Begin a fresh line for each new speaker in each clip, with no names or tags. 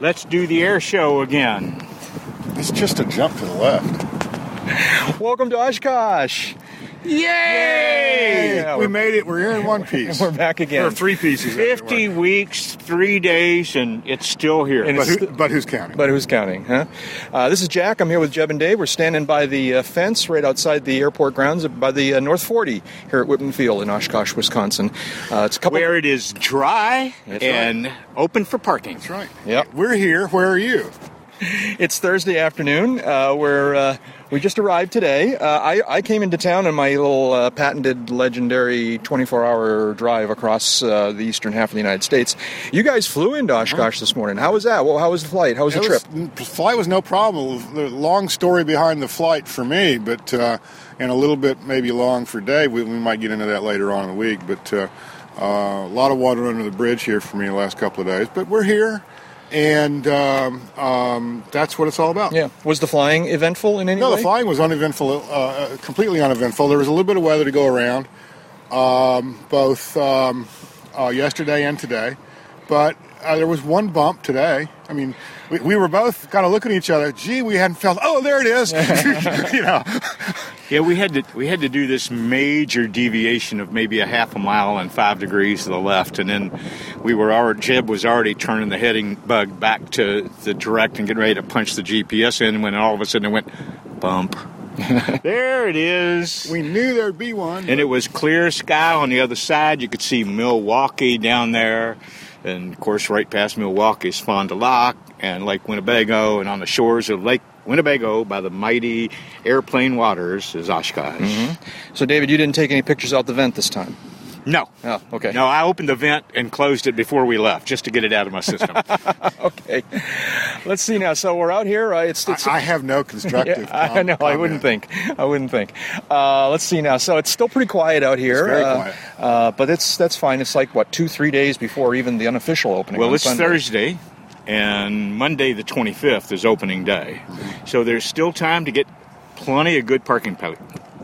Let's do the air show again.
It's just a jump to the left.
Welcome to Oshkosh. Yay!
we
We're,
made it. We're here in one piece.
We're back
There are
again.
three pieces.
Fifty weeks, three days, and it's still here.
And
but, who,
it's-
but who's counting?
But who's counting, huh? Uh, this is Jack. I'm here with Jeb and Dave. We're standing by the uh, fence right outside the airport grounds by the uh, North 40 here at Whitman Field in Oshkosh, Wisconsin. Uh, it's a couple.
where it is dry
That's right.
and open for parking.
That's right.
Yep.
We're here. Where are you?
It's Thursday afternoon. Uh, we're uh, we just arrived today. Uh, I, I came into town on my little uh, patented, legendary 24-hour drive across uh, the eastern half of the United States. You guys flew into Oshkosh this morning. How was that? Well, how was the flight? How was the
Uh-huh. It
trip?
was- the flight was no problem. The long story behind the flight for me, but uh, and a little bit maybe long for Dave. We, we might get into that later on in the week. But uh, uh, a lot of water under the bridge here for me the last couple of days. But we're here, and um, um, that's what it's all about.
Yeah. Was the flying eventful in any
No,
way?
the flying was uneventful, uh, uh, completely uneventful. There was a little bit of weather to go around, um, both um, uh, yesterday and today. But uh, there was one bump today. I mean, we, we were both kind of looking at each other. Gee, we hadn't felt. Oh, there it is. you know,
Yeah, we had to we had to do this major deviation of maybe a half a mile and five degrees to the left, and then we were already Jeb was already turning the heading bug back to the direct and getting ready to punch the GPS in when all of a sudden it went bump. there it is.
we knew there'd be one.
and it was clear sky on the other side. You could see Milwaukee down there, and of course, right past Milwaukee is Fond du Lac and Lake Winnebago, and on the shores of Lake Winnebago by the mighty airplane waters is Oshkosh.
So, David, you didn't take any pictures out the vent this time.
No.
Oh, okay.
No, I opened the vent and closed it before we left just to get it out of my system.
Okay. Let's see now. So we're out here. Uh, it's, it's
I, I have no constructive.
Yeah, I
com-
know. I wouldn't
comment.
think. I wouldn't think. Uh, let's see now. So it's still pretty quiet out here.
very
uh,
quiet.
Uh, but it's that's fine. It's like what two, three days before even the unofficial opening.
well,
on
it's
Sunday.
Thursday, and Monday the 25th is opening day. So there's still time to get plenty of good parking pa-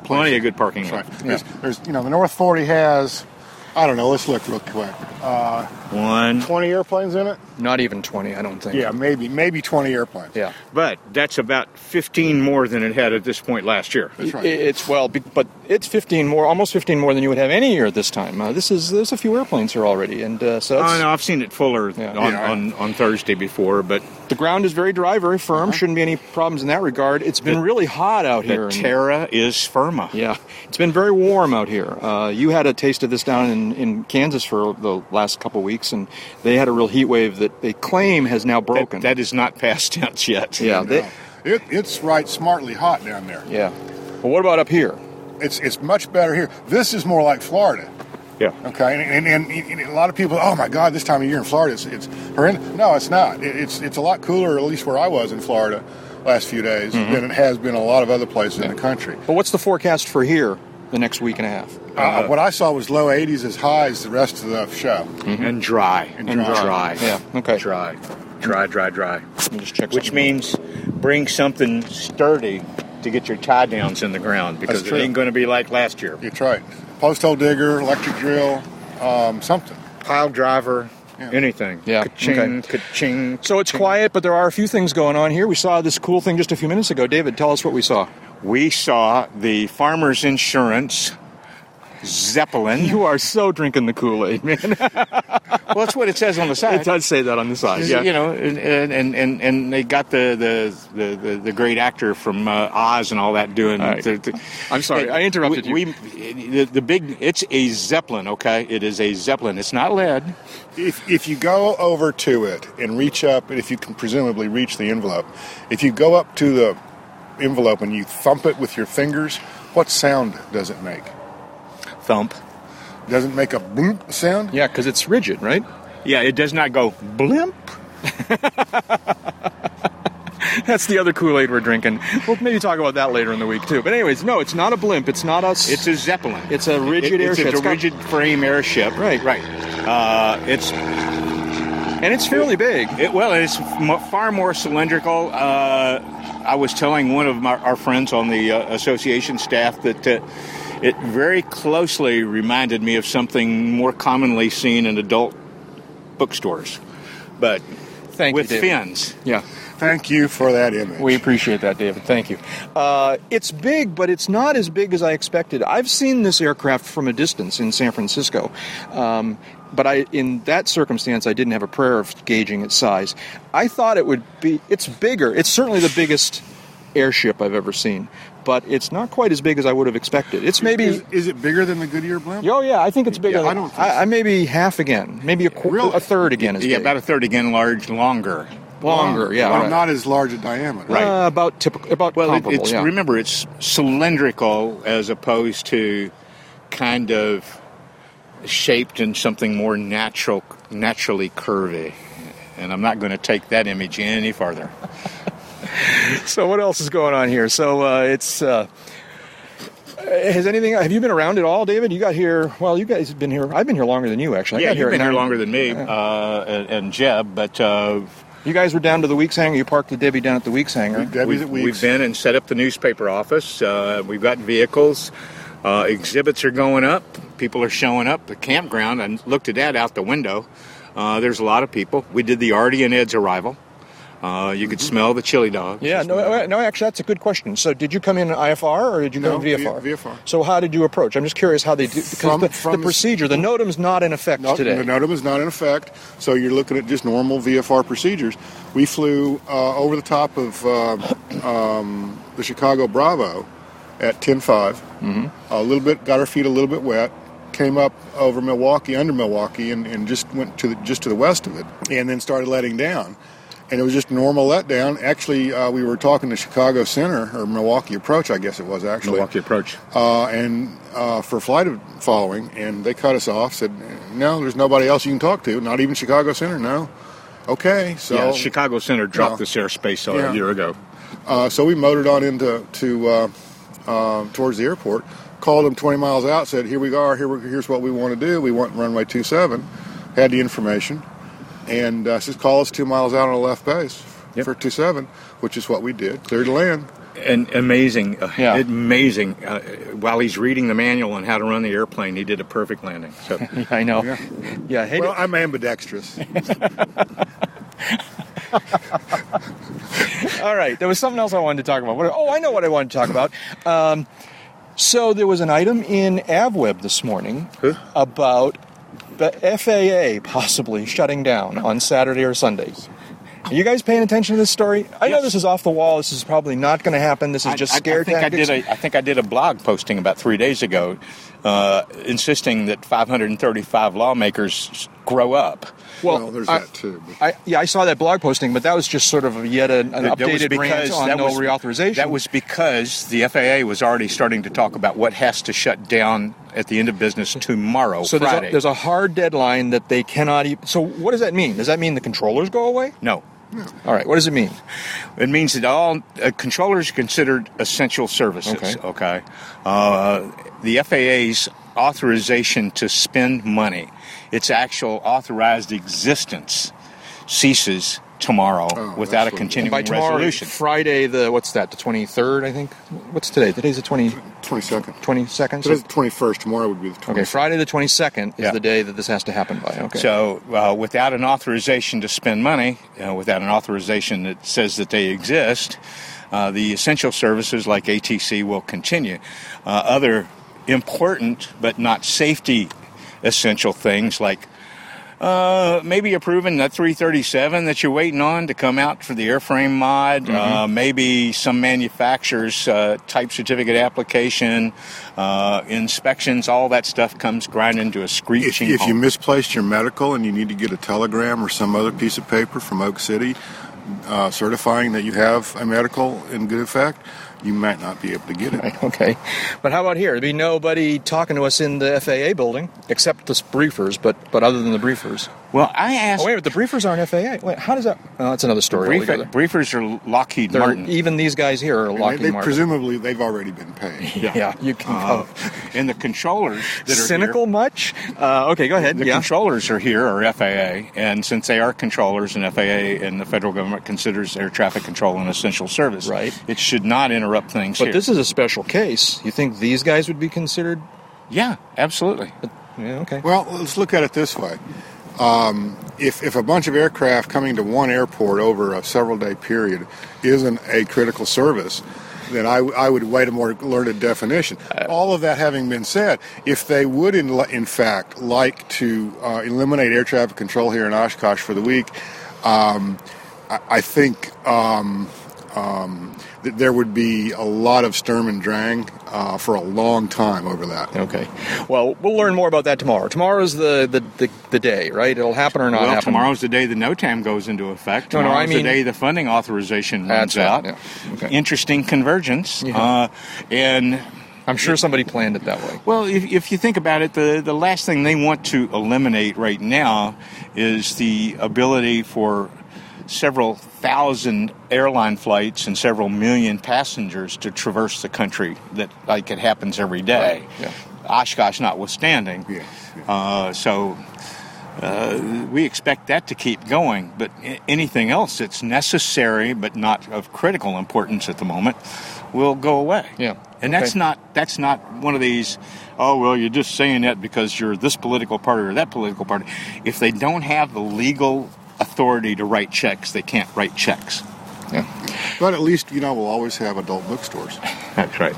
Plenty of good parking.
That's
lot.
right. There's, there's, you know, the North Forty has. I don't know. Let's look real quick.
One.
Twenty airplanes in it.
Not even twenty. I don't think.
Yeah, maybe maybe twenty airplanes.
Yeah.
But that's about 15 more than it had at this point last year.
That's right.
I- It's well, be- but it's 15 more, almost 15 more than you would have any year at this time. Uh, this is there's a few airplanes here already, and uh, so that's,
Oh, no, I've seen it fuller
Yeah.
on,
Yeah.
on, on Thursday before, but
the ground is very dry, very firm. Shouldn't be any problems in that regard. It's been
The-
really hot out here.
the
and-
Terra is firma.
Yeah, it's been very warm out here. Uh, you had a taste of this down in, in Kansas for the last couple of weeks, and they had a real heat wave that they claim has now
That,
broken.
that is not past tense yet.
yeah, they,
No. It, it's right smartly hot down there.
yeah. But what about up here?
It's it's much better here. This is more like Florida.
Yeah.
Mm-hmm.
Okay, and, and, and, and a lot of people, oh my God, this time of year in Florida, it's, it's horrendous. No, it's not. It, it's it's a lot cooler, at least where I was in Florida, last few days than it has been a lot of other places in the country.
But what's the forecast for here the next week and a half?
Uh, what I saw was low 80s as high as the rest of the show.
And dry. And
dry.
Yeah, okay.
Dry. Dry, dry, dry.
Let me just check.
Which
something.
means bring something sturdy to get your tie downs in the ground because it
true.
ain't going to be like last year.
That's right. Post hole digger, electric drill, um, something.
Pile driver,
Yeah.
anything.
Yeah,
Ka-ching,
okay.
ka-ching.
so it's quiet, but there are a few things going on here. We saw this cool thing just a few minutes ago. David, tell us what we saw.
We saw the Farmers Insurance Zeppelin.
You are so drinking the Kool Aid, man.
Well, that's what it says on the side.
it does say that on the side. Yeah.
You know, and and, and, and they got the the, the, the, the great actor from uh, Oz and all that doing.
right.
the- the-
I'm sorry, I interrupted
we, We, the, the big, it's a zeppelin. Okay, it is a zeppelin. It's not lead.
If, if you go over to it and reach up, and if you can presumably reach the envelope, if you go up to the envelope and you thump it with your fingers, what sound does it make?
Thump.
Does it make a bloop sound?
Yeah, because it's rigid, right?
Yeah, it does not go blimp.
That's the other Kool Aid we're drinking. We'll maybe talk about that later in the week too. But anyways, no, it's not a blimp. It's not us.
It's a zeppelin.
It's a
It-
rigid airship.
It's
It's
a
got-
rigid frame airship.
Right.
Right. Uh, it's
and it's fairly big.
It, well, it's m- far more cylindrical. Uh, I was telling one of my, our friends on the uh, association staff that uh, it very closely reminded me of something more commonly seen in adult bookstores. But
Thank you,
with
David.
fins.
Yeah.
Thank you for that image.
We appreciate that, David. Thank you. Uh, it's big, but it's not as big as I expected. I've seen this aircraft from a distance in San Francisco, um, but I, in that circumstance, I didn't have a prayer of gauging its size. I thought it would be. It's bigger. It's certainly the biggest airship I've ever seen, but it's not quite as big as I would have expected. It's maybe.
is, is it bigger than the Goodyear blimp?
Oh yeah, I think it's bigger.
Yeah, I
than-
don't think so.
I, I maybe half again, maybe a qu-
Really?
a third again is
yeah,
big.
about a third again large, longer.
longer. Yeah,
Well,
right.
not as large a diameter.
Right.
Uh, about typical. About
Well, it,
comparable.
it's
yeah.
remember it's cylindrical as opposed to kind of shaped in something more natural, naturally curvy. And I'm not going to take that image any farther.
so what else is going on here? So uh, it's uh, has anything? Have you been around at all, David? You got here. Well, you guys have been here. I've been here longer than you, actually. I
yeah,
got
you've
here at
been here
nine-
longer than me uh, and, and Jeb, but uh,
You guys were down to the Weeks Hangar. You parked the Debbie down at the Weeks Hangar.
Debbie's
we've,
at
we've
Weeks.
been and set up the newspaper office. Uh, we've got vehicles. Uh, exhibits are going up. People are showing up. The campground, I looked at that out the window. Uh, there's a lot of people. We did the Artie and Ed's arrival. Uh, you could smell the chili dogs.
Yeah, no, uh, no. Actually, that's a good question. So, did you come in IFR or did you
No,
come in VFR?
V- VFR.
So, how did you approach? I'm just curious how they do because
From-
the,
from
the
the-
procedure, the notum's not in effect
No,
today.
The NOTAM is not in effect, so you're looking at just normal VFR procedures. We flew uh, over the top of um, um, the Chicago Bravo at 10.5, a little bit, got our feet a little bit wet, came up over Milwaukee, under Milwaukee, and, and just went to the, just to the west of it, and then started letting down. And it was just normal letdown. Actually, uh, we were talking to Chicago Center or Milwaukee Approach, I guess it was actually
Milwaukee approach.
uh, and uh, for flight of following, and they cut us off. Said, "No, there's nobody else you can talk to. Not even Chicago Center. No, okay." So,
yeah, Chicago Center dropped
No.
this airspace uh,
Yeah.
a year ago.
uh, so we motored on into to uh, uh, towards the airport. Called them 20 miles out. Said, "Here we are. Here we, here's what we want to do. We want runway 27." Had the information, and uh, says, "Call us two miles out on the left base
Yep.
for 27," which is what we did. Cleared to land.
and amazing, uh,
Yeah.
amazing. Uh, while he's reading the manual on how to run the airplane, he did a perfect landing. So
I know. Yeah,
Yeah.
I hate
Well,
it.
I'm ambidextrous.
All right, there was something else I wanted to talk about. What, oh, I know what I wanted to talk about. Um, so there was an item in AvWeb this morning
Huh?
about the FAA possibly shutting down on Saturday or Sunday. Are you guys paying attention to this story? I know
Yes.
this is off the wall. This is probably not going to happen. This is just
I- I-
scare
I think
tactics.
I did a, I think I did a blog posting about three days ago, uh, insisting that 535 lawmakers s- grow up.
well,
Well, there's
I-
that too. but-
I, yeah, I saw that blog posting, but that was just sort of yet an, an
That- that was
updated rant on no
was-
reauthorization.
That was because the FAA was already starting to talk about what has to shut down at the end of business tomorrow,
so there's
Friday.
a, there's a hard deadline that they cannot. E- so what does that mean? Does that mean the controllers go away?
no.
All right, what does it mean?
It means that all uh, controllers are considered essential services.
Okay.
Okay. Uh, the FAA's authorization to spend money, its actual authorized existence, ceases tomorrow
Oh,
without a
that's what-
continuing
By tomorrow,
resolution.
Friday, the what's that? The twenty third, I think. What's today? Today's the 20,
22nd.
22nd?
Today's the 21st. Tomorrow would be the 22nd.
okay, Friday the twenty second is
Yeah.
the day that this has to happen by. Okay.
So, uh, without an authorization to spend money, uh, without an authorization that says that they exist, uh, the essential services like ATC will continue. Uh, other important but not safety essential things like uh, maybe approving that 337 that you're waiting on to come out for the airframe mod, uh,
Mm-hmm.
maybe some manufacturer's uh, type certificate application, uh, inspections, all that stuff comes grinding to a
If,
screeching
if you
halt.
misplaced your medical and you need to get a telegram or some other piece of paper from Oak City uh, certifying that you have a medical in good effect, you might not be able to get it.
okay. But how about here? There'd be nobody talking to us in the FAA building except the briefers, but but other than the briefers.
Well, I asked.
Oh wait, but the briefers aren't FAA. Wait, how does that? Oh, that's another story.
Brief-
altogether.
briefers are Lockheed
They're- e-
Martin.
even these guys here are
They,
Lockheed
they
Martin.
presumably they've already been paid.
yeah. you can.
Uh,
oh.
and the controllers that are
Cynical much? Uh, okay, go ahead.
Here, the
yeah.
controllers are here are FAA, and since they are controllers and FAA and the federal government considers air traffic control an essential service,
Right.
It should not interrupt things
but
here.
this is a special case. You think these guys would be considered?
yeah, absolutely.
Yeah, okay.
Well, let's look at it this way. um, if, if a bunch of aircraft coming to one airport over a several day period isn't a critical service, then I, I would wait a more learned definition. All of that having been said, if they would, in, in fact, like to uh, eliminate air traffic control here in Oshkosh for the week, um, I, I think um, um, th- there would be a lot of sturm and drang uh, for a long time over that.
Okay. Well, we'll learn more about that tomorrow. Tomorrow's the the, the, the day, right? It'll happen or not
Well,
happen.
tomorrow's the day the NOTAM goes into effect.
No, no, I
Tomorrow's
mean-
the day the funding authorization runs
That's right,
out.
yeah. Okay.
Interesting convergence.
Yeah.
Uh, and
I'm sure somebody planned it that way.
well, if, if you think about it, the, the last thing they want to eliminate right now is the ability for several thousand airline flights and several million passengers to traverse the country that like it happens every day.
Right, yeah.
Oshkosh notwithstanding.
Yeah,
Uh, so uh, we expect that to keep going, but a- anything else that's necessary but not of critical importance at the moment will go away.
Yeah,
and that's
okay.
not that's not one of these. Oh well, you're just saying that because you're this political party or that political party. If they don't have the legal authority to write checks, they can't write checks.
Yeah.
But at least, you know, we'll always have adult bookstores.
That's right.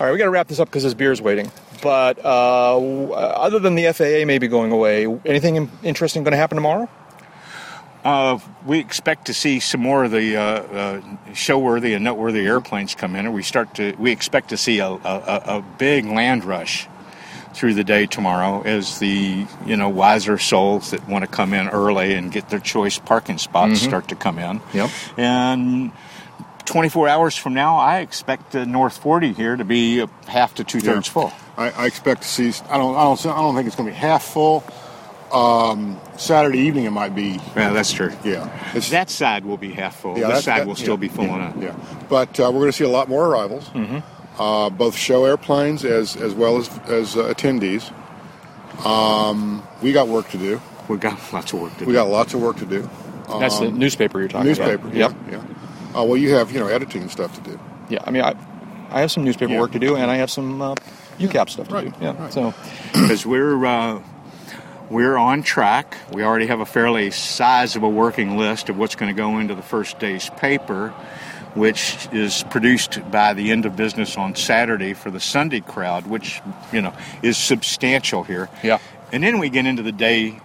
All right, we got to wrap this up because this beer's waiting. But uh, w- uh, other than the FAA maybe going away, anything in- interesting going to happen tomorrow?
Uh, we expect to see some more of the uh, uh, showworthy and noteworthy airplanes come in, and we start to we expect to see a, a, a a big land rush through the day tomorrow as the you know wiser souls that want to come in early and get their choice parking spots
Mm-hmm.
start to come in.
Yep.
And 24 hours from now, I expect the North 40 here to be a half to two thirds
Yeah.
full.
I, I expect to see. I don't. I don't. I don't think it's going to be half full. Um, Saturday evening it might be.
Yeah, that's true.
Yeah. It's,
That side will be half full.
Yeah,
this
that's-
side
that-
will still
yeah.
be full enough.
yeah. But uh, we're going to see a lot more arrivals,
Mm-hmm.
uh, both show airplanes as as well as as uh, attendees. Um, we got work to do.
We got lots of work to do.
We got lots of work to do.
That's the Um, newspaper you're talking
Newspaper.
about.
Yeah.
Yep.
Yeah. Uh, well, you have you know editing and stuff to do.
Yeah, I mean, I, I have some newspaper
Yeah.
work to do, and I have some uh, UCAP stuff to
Right,
do. Yeah,
right.
so
because we're uh, we're on track. We already have a fairly sizable working list of what's going to go into the first day's paper, which is produced by the end of business on Saturday for the Sunday crowd, which you know is substantial here.
Yeah.
and then we get into the day.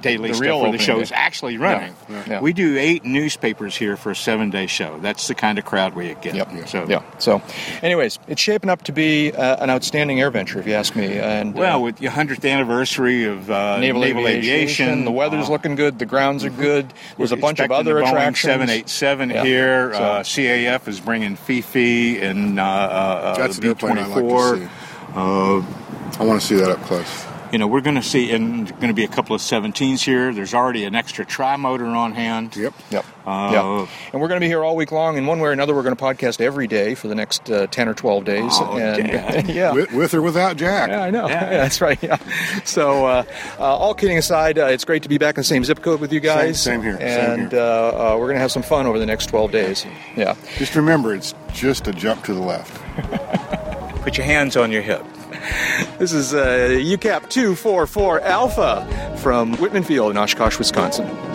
Daily
The
stuff
real
where the
opening
show
day.
is actually running.
Yeah, yeah.
We do eight newspapers here for a seven-day show. That's the kind of crowd we get.
Yep.
So
yeah. So, anyways, it's shaping up to be uh, an outstanding air venture, if you ask me. And uh,
Well, with the 100th anniversary of uh,
naval, aviation, the weather's
uh,
looking good, the grounds are good. There's a bunch of
expecting
other
the Boeing
attractions.
787
Yeah.
here.
So-
Uh, CAF is bringing Fifi and uh, uh,
That's an
B
airplane
twenty
I like to
four. Uh,
see. I want to see that up close.
You know, we're going to see, and going to be a couple of 17s here. There's already an extra tri motor on hand.
Yep.
Yep.
Uh,
yeah. And we're going to be here all week long, and one way or another, we're going to podcast every day for the next uh, ten or twelve days.
Oh,
and,
Dan.
yeah.
With, with or without Jack.
Yeah, I know.
Yeah.
that's right. Yeah. So, uh, uh, all kidding aside, uh, it's great to be back in the same zip code with you guys.
Same- same here, same
And
here.
Uh, uh, we're going to have some fun over the next 12 days. Yeah.
Just remember, it's just a jump to the left.
Put your hands on your hip.
This is uh, UCAP 244 Alpha from Whitman Field in Oshkosh, Wisconsin.